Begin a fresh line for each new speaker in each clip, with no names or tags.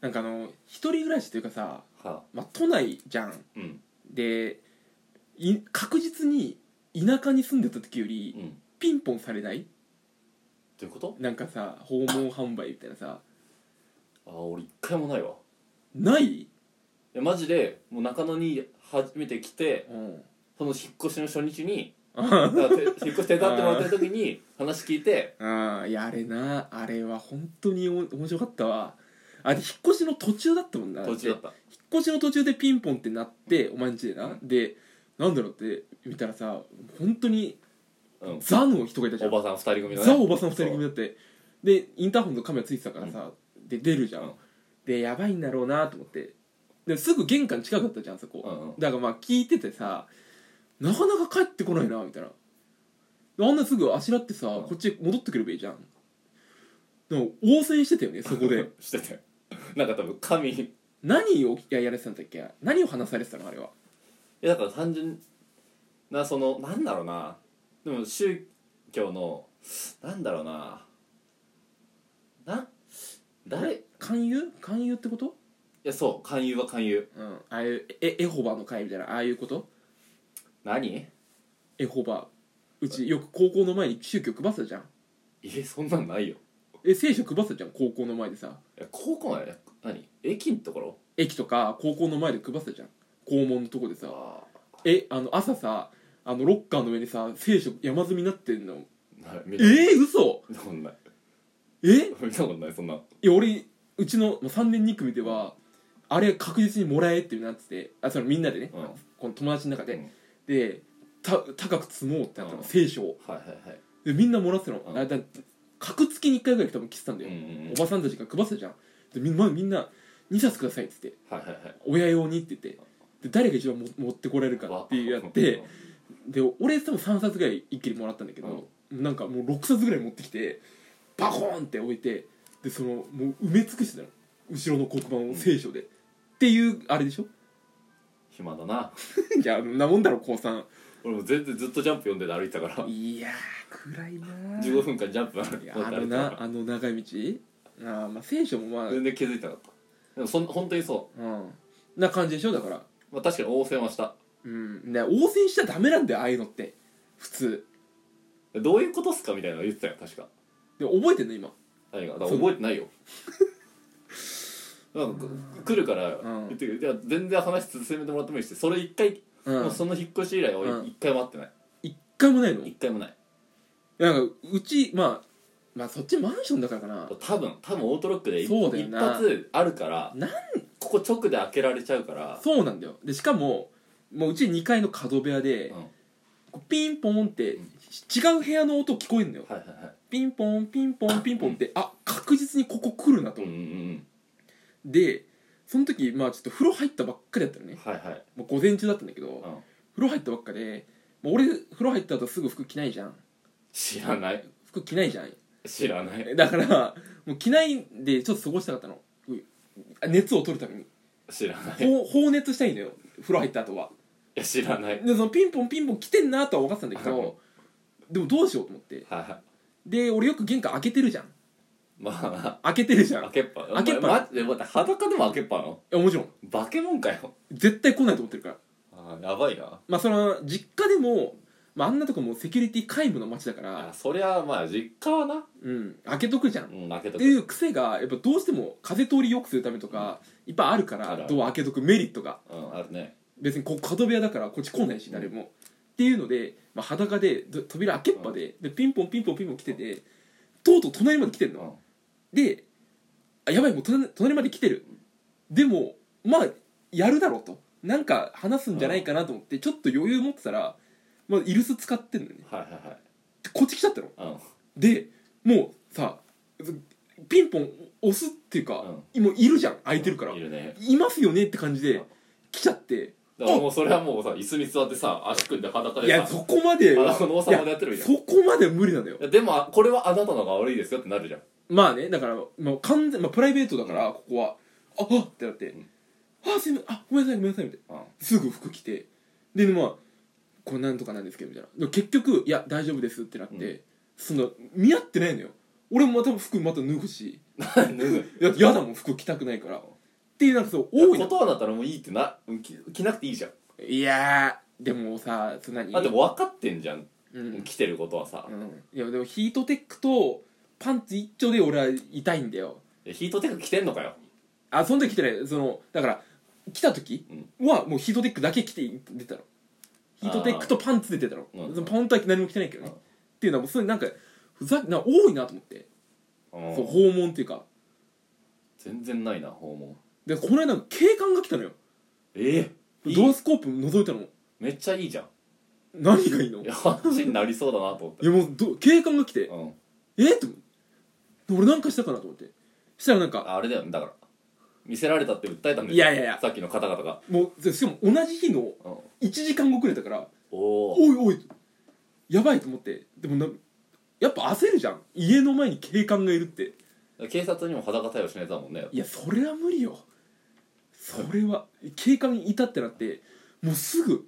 なんかあの一人暮らしというかさ、
は
まあ、都内じゃん
あうん
でい確実に田舎に住んでた時よ
う
り
ん
ピンポンされない
どういうこと
なんかさ訪問販売みたいなさ
ああ俺一回もないわい
ない、
やマジでもう中野に初めて来て
うん、
その引っ越しの初 日にだからて 引っ越し手伝ってもらってる時に話聞いて
ああいやあれなあれは本当にお面白かったわあれ引っ越しの途中だったもんな
途中だった
引っ越しの途中でピンポンってなってお前んちでな、
うん
でなんだろうって見たらさ本当に
うん
ザの人がいたじゃ
お
ん
ばさん二人組のね
ザおばさん二人組だってでインターホンのカメラついてたからさ、で出るじゃん、
うん
でやばいんだろうなと思ってですぐ玄関近かったじゃんそこ、
うんうん
だからまあ聞いててさなかなか帰ってこないなみたいなあんなすぐあしらってさ、
うん
こっち戻ってくればいいじゃんでも応戦してたよねそこ で
しててなんか多分神い
何をややられてたんだっけ何を話されてたのあれは
やだから単純なそのなんだろうなでも宗教のなんだろうなな誰い
勧誘勧誘ってこと
やそう勧誘は勧誘
うんああいうえエホバの会みたいなああいうこと
何
エホバうちよく高校の前に宗教配ってたじゃん
えそんなんないよ
え聖書配ってたじゃん高校の前でさ
いや高校の何駅のところ
駅とか高校の前で配ってたじゃん校門のとこでさ
あ
えあの朝さあのロッカーの上にさ聖書山積みになってんの
あ見
え
たこ
ー、嘘
とない
え
見たことないそんない
や俺うちの3年2組ではあれ確実にもらえってなっててあそれみんなでね、
うん
この友達の中で、
うん
でた高く積もうってなったの、
うん
聖書を
はいはいはい
でみんなもらってたの、
うん
あだ格付きに1回ぐらい多分来てたんだ
う
よ、
んうんうん
おばさんたちが配ってたじゃんでみ,、まみんな2冊くださいっつって
はいはいはい
親用にって言ってで誰が一番も持ってこられるかっていうやっ
う
て
ん
で俺多分3冊ぐらい一気にもらったんだけど、なんかもう6冊ぐらい持ってきてバコーンって置いてでそのもう埋め尽くしてたの後ろの黒板を聖書で、っていうあれでしょ
暇だない
やあんなもんだろ高3
俺も全然ずっとジャンプ読んでて歩いてたから
いやー暗いなー
15分間ジャンプ歩い
い
て
や
歩い
あ
て
の
た
な
か
あの長い道あーまあ聖書もまあ
ら全然気づいてなかったでもそん本当にそ
うんな感じでしょだから
う、まあ、確かに応戦はした
うんね応戦しちゃダメなんだよああいうのって普通
どういうことっすかみたいなの言ってたよ確か
で覚えてんの今
何がだから覚えて ないよなんか来るから
うん
言ってくる、いや全然話進めてもらってもいいしそれ一回
う
もうんその引っ越し以来
う
は
ん
一回も会ってない
一回もないの
一回もない
なんかうちまあまあそっちマンションだからかな
多分多分オートロックで一
そうだよ
一
な
発あるから
なん
ここ直で開けられちゃうから
そうなんだよでしかももううち2階の角部屋で、
うん
こうピンポンって、
うん
違う部屋の音聞こえるのよ
はいはいはい
ピンポンピンポンピンポンって、あ確実にここ来るなと
うんう
思っ
んうん
て、でその時まあちょっと風呂入ったばっかりだったのね
はいはい
もう午前中だったんだけど、
うん
風呂入ったばっかで、まあ俺風呂入った後すぐ服着ないじゃん
知らない
服着ないじゃん
知らない
だからもう着ないでちょっと過ごしたかったのういあ熱を取るために
知らないい
放放熱したいのよ風呂入った後は
や知らない
でそのピンポンピンポン来てんなとは分かってたんだけどでもどうしようと思って
はいはい
で俺よく玄関開けてるじゃん
ま
開けてるじゃ
あ
ん
開
い
けっぱ
開けっぱ
お前待って待って裸でも開けっぱなの
やもちろん
バケモンかよ
絶対来ないと思ってるから
あーやばいな
まあその実家でも、まあ、あんなとこもうセキュリティ皆無の街だから
あそりゃまあ実家はな
うん開けとくじゃん
うん開け
っ
と
て
く
いう癖がやっぱどうしても風通り良くするためとかいっぱいあるか
ある
ら
ある
ドア開けとくメリットが
うんあるね
別にこう角部屋だからこっち来ないし誰も、っていうので、まあ、裸でど扉開けっぱで,、でピンポンピンポンピンポン来ててとうとう隣まで来てる
う
の、
ん
であやばいもう隣隣まで来てるでもまあやるだろうとなんか話すんじゃないかなと思ってちょっと余裕持ってたら、まあ、イルス使ってんのね
はいは
でこっち来ちゃったの
いはい
でもうさピンポン押すっていうか、もういるじゃん空いてるから、
うんいるね
いますよねって感じ
う
で
ん
来ちゃって
だからもうそれはもうさ椅子に座ってさ足組んで裸
い
で
や
さ
そこまで
あこの王様でやってる
い
み
や
たい
そこまでは無理なんだよ
いやでもあこれはあなたのが悪いですよってなるじゃん
まあねだからもう完全、まあ、プライベートだからここはああってなって、
ん
あすいませんあごめんなさいごめんなさいみたいな
うん
すぐ服着てでまあこれなんとかなんですけどみたいなでも結局いや大丈夫ですってなって、
うん
その見合ってないのよ俺もまた服また脱ぐし
脱ぐ
いや嫌だもん服着たくないからっていうなんかそう多いの
断だったらもういいってな着着なくていいじゃん
いやーでもさそんなに
だって分かってんじゃん、
うん、
着てることはさ
う、ん、いやでもヒートテックとパンツ一丁で俺は痛いんだよ
ヒートテック着てんのかよ
あその時着てないそのだから来た時はもうヒートテックだけ着て出たのヒートテックとパンツで出たの
うん
そのパンツは何も着てないけどね
うん
っていうのはもうそれなんかふざな多いなと思って
うん
そう訪問っていうか
全然ないな訪問
でこの間警官が来たのよ
ええ
ドアスコープ覗いたの
めっちゃいいじゃん
何がいいの
い
い
や話になりそうだなと思って
やもうど警官が来て
うん
えっと思って俺なんかしたかなと思ってしたらなんか
ああれだよねだから見せられたって訴えたんですよ
いやいやいや
さっきの方々が、
もうでしかも同じ日の
うん、
1時間後くらいだから
おお
おいおいやばいと思ってでもなやっぱ焦るじゃん家の前に警官がいるって
警察にも裸対応しないとだもんね
いやそれは無理よそれは警官いたってなってもうすぐ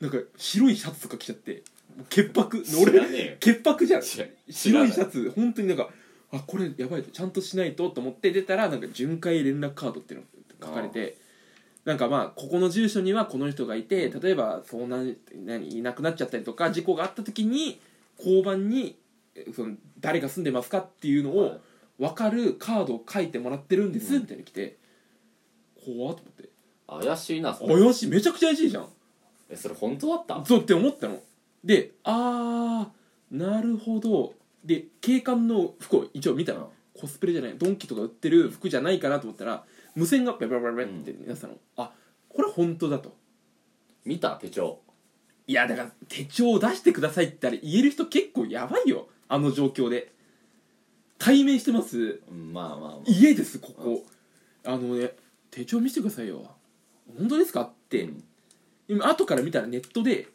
なんか白いシャツとか着ちゃってもう潔白
知
俺
らねえよ
潔白じゃん
知ら知
白
らない
いシャツ本当になんかあこれやばいちゃんとしないとと思って出たらなんか巡回連絡カードっていうのが書かれてなんかまあここの住所にはこの人がいて例えば遭難何いなくなっちゃったりとか事故があった時に交番にえその誰が住んでますかっていうの
は
を
い
分かるカードを書いてもらってるんですみたいに来て怖っと思って
怪しいなそれ
怪しいめちゃくちゃ怪しいじゃん
えそれ本当だった
そうって思ったのであーなるほどで警官の服を一応見たの、コスプレじゃないドンキとか売ってる服じゃないかなと思ったら無線がペペペペペってなってたの、あこれ本当だと
見た手帳
いやだから手帳を出してくださいってあれ言える人結構やばいよあの状況で対面してます
うんまあまあまあ
家ですここあのね手帳見せてくださいよ本当ですかって、
うん
今後から見たらネットで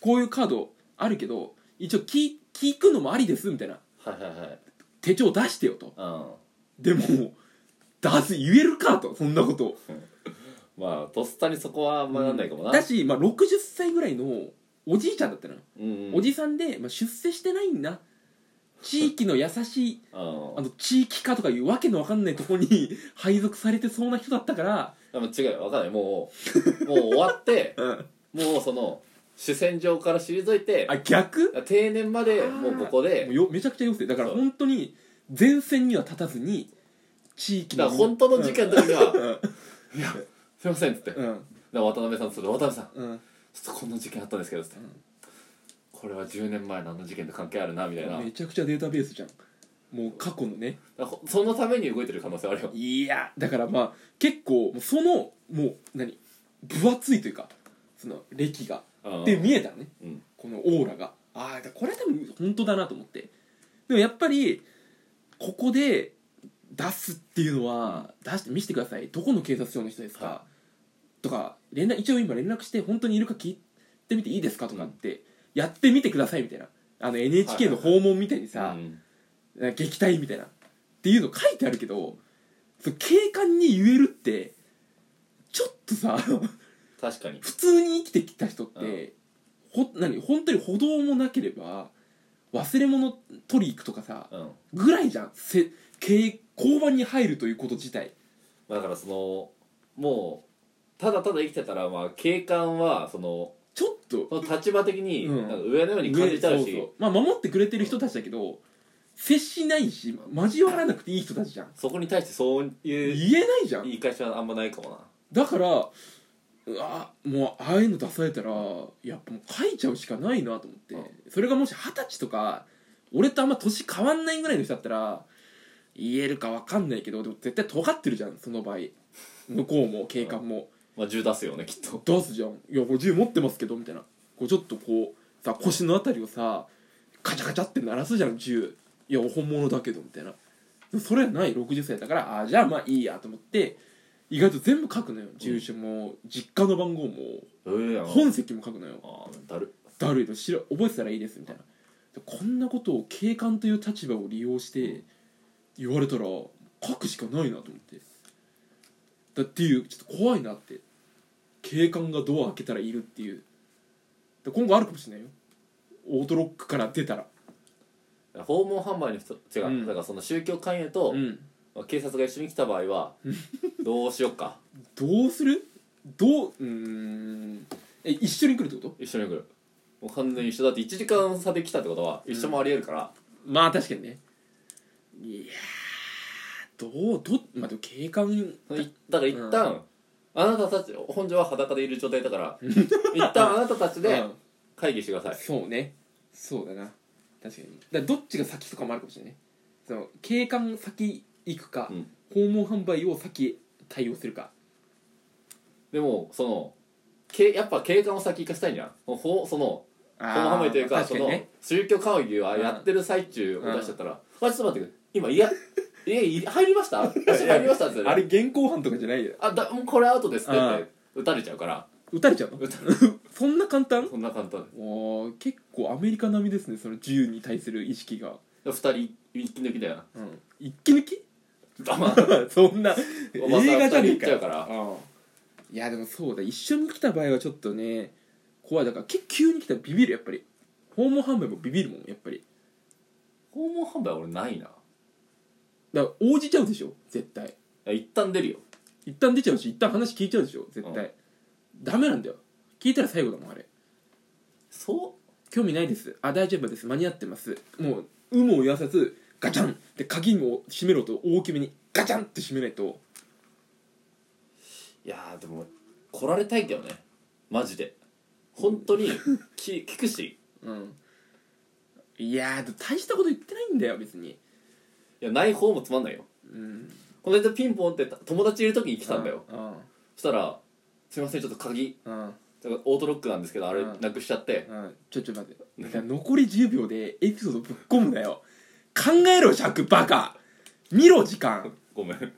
こういうカードあるけど一応聞聞くのもありですみたいな
はいはいはい
手帳出してよと
うん
でも出す言えるかとそんなこと
まあとっさにそこはあんまなんないかもな、
だし、まあ、60歳ぐらいのおじいちゃんだったのよ、
うんうん、
おじさんで、まあ、出世してないんだ地域の優し い
うん
あの地域課とかいうわけのわかんないとこに 配属されてそうな人だったから、
でも違うよ分かんないもうもう終わって
うん、
もうその主戦場から退いて
あ逆
定年まで
あー
もうここ
も
で
うよめちゃくちゃよくてだから
そう
本当に前線には立たずに地域
だ
の
から本当の事件の時は
うん
「いやすいません」っつって、だか
うん
ら渡辺さんとそれ渡辺さん
うん
ちょっとこんな事件あったんですけど」っつって、
ん
これは10年前のあの事件と関係あるな」みたいな、
めちゃくちゃデータベースじゃんもう過去のね
だからほそのために動いてる可能性あるよ
いやだからまあ結構もうそのもう何分厚いというかその歴が
うん
で見えたのね
うん
このオーラがああこれでも本当だなと思ってでもやっぱりここで出すっていうのは出して見せてくださいどこの警察署の人ですか、
は
とか連絡一応今連絡して本当にいるか聞いてみていいですかとかって、やってみてくださいみたいなあの NHK の訪問みたいにさ、
うん
撃退みたいなっていうの書いてあるけどその警官に言えるってちょっとさ
確かに
普通に生きてきた人って、ほ何本当に歩道もなければ忘れ物取り行くとかさ
うん
ぐらいじゃんせ警交番に入るということ自体
だからそのもうただただ生きてたらまあ警官はその
ちょっと
その立場的に
うん
なんか上のように感じちゃう
ねそう
し
そうまあ、守ってくれてる人たちだけど接しないし交わらなくていい人たちじゃん
そこに対してそういう
言えないじゃん
言い返しはあんまないかもな
だからうわもうああいうの出されたらやっぱもう書いちゃうしかないなと思って、
うん
それがもし二十歳とか俺とあんま年変わんないぐらいの人だったら言えるかわかんないけどでも絶対尖ってるじゃんその場合向こうも警官も
まあ銃出すよねきっと
出すじゃん「いやこれ銃持ってますけど」みたいなこうちょっとこうさ腰のあたりをさカチャカチャって鳴らすじゃん銃いや本物だけどみたいなそれはない60歳だからあーじゃあまあいいやと思って意外と全部書くのよ住所も実家の番号も
ええやん
本籍も書くのよ
ああだる
だるいの知ら覚えてたらいいですみたいなでこんなことを警官という立場を利用して言われたら書くしかないなと思ってだっていうちょっと怖いなって警官がドア開けたらいるっていうで今後あるかもしれないよオートロックから出たら
訪問販売の人違う、
うん
だからその宗教勧誘と
うん
まあ警察が一緒に来た場合はどうしよっか
どうするどううーんえ 一緒に来るってこと
一緒に来るもう完全に一緒だって1時間差で来たってことは一緒もありえるから、
まあ確かにねいやーどうどまあでも警官
そのいだから一旦、あなたたち本庄は裸でいる状態だから一旦あなたたちで
うん
会議してください
そうねそうだな確かにだからどっちが先とかもあるかもしれないねその警官先行くか、
うん
訪問販売を先対応するか
でもそのけやっぱ警官を先行かせたいんじゃんほその
訪
このままというか
確
そ
かに
の
ね
宗教会議はやってる最中を出しちゃったら「あちょっと待ってくれ今いや家い入りました私入りました」って言った
あ
ら
れ現行犯とかじゃないよ
「あだもうこれアウトです」って言っ
う
て撃たれちゃうから
撃たれちゃうの
撃たれ
そんな簡単
そんな簡単で
おー結構アメリカ並みですねその自由に対する意識が、
2人一気抜きだよな
うん、一気抜き
あまあ
そんな
おばさん
映画じゃねえか
二人行っちゃうから
うんいやでもそうだ一緒に来た場合はちょっとね怖いだから結構急に来たらビビるやっぱり訪問販売もビビるもんやっぱり
訪問販売は俺ないな
だから応じちゃうでしょ絶対
一旦出るよ
一旦出ちゃうし一旦話聞いちゃうでしょ絶対、ダメなんだよ聞いたら最後だもんあれ
そ
興味ないですあ大丈夫です間に合ってますもう有無を言わさずガチャンって鍵を閉めろと大きめにガチャンって閉めないと
ういやーでも来られたいけどねマジで本 当にき聞くし
うんいやーでも大したこと言ってないんだよ別に
いやない方もつまんないよ
うん
この間ピンポンって友達いる時に来たんだよ
うん
そしたら「すいませんちょっと鍵
うん
オートロックなんですけどあれ
うん
なくしちゃって
うんちょちょ待ってだから残り10秒でエピソードぶっ込むなよ考えろ尺バカ見ろ時間
ごめん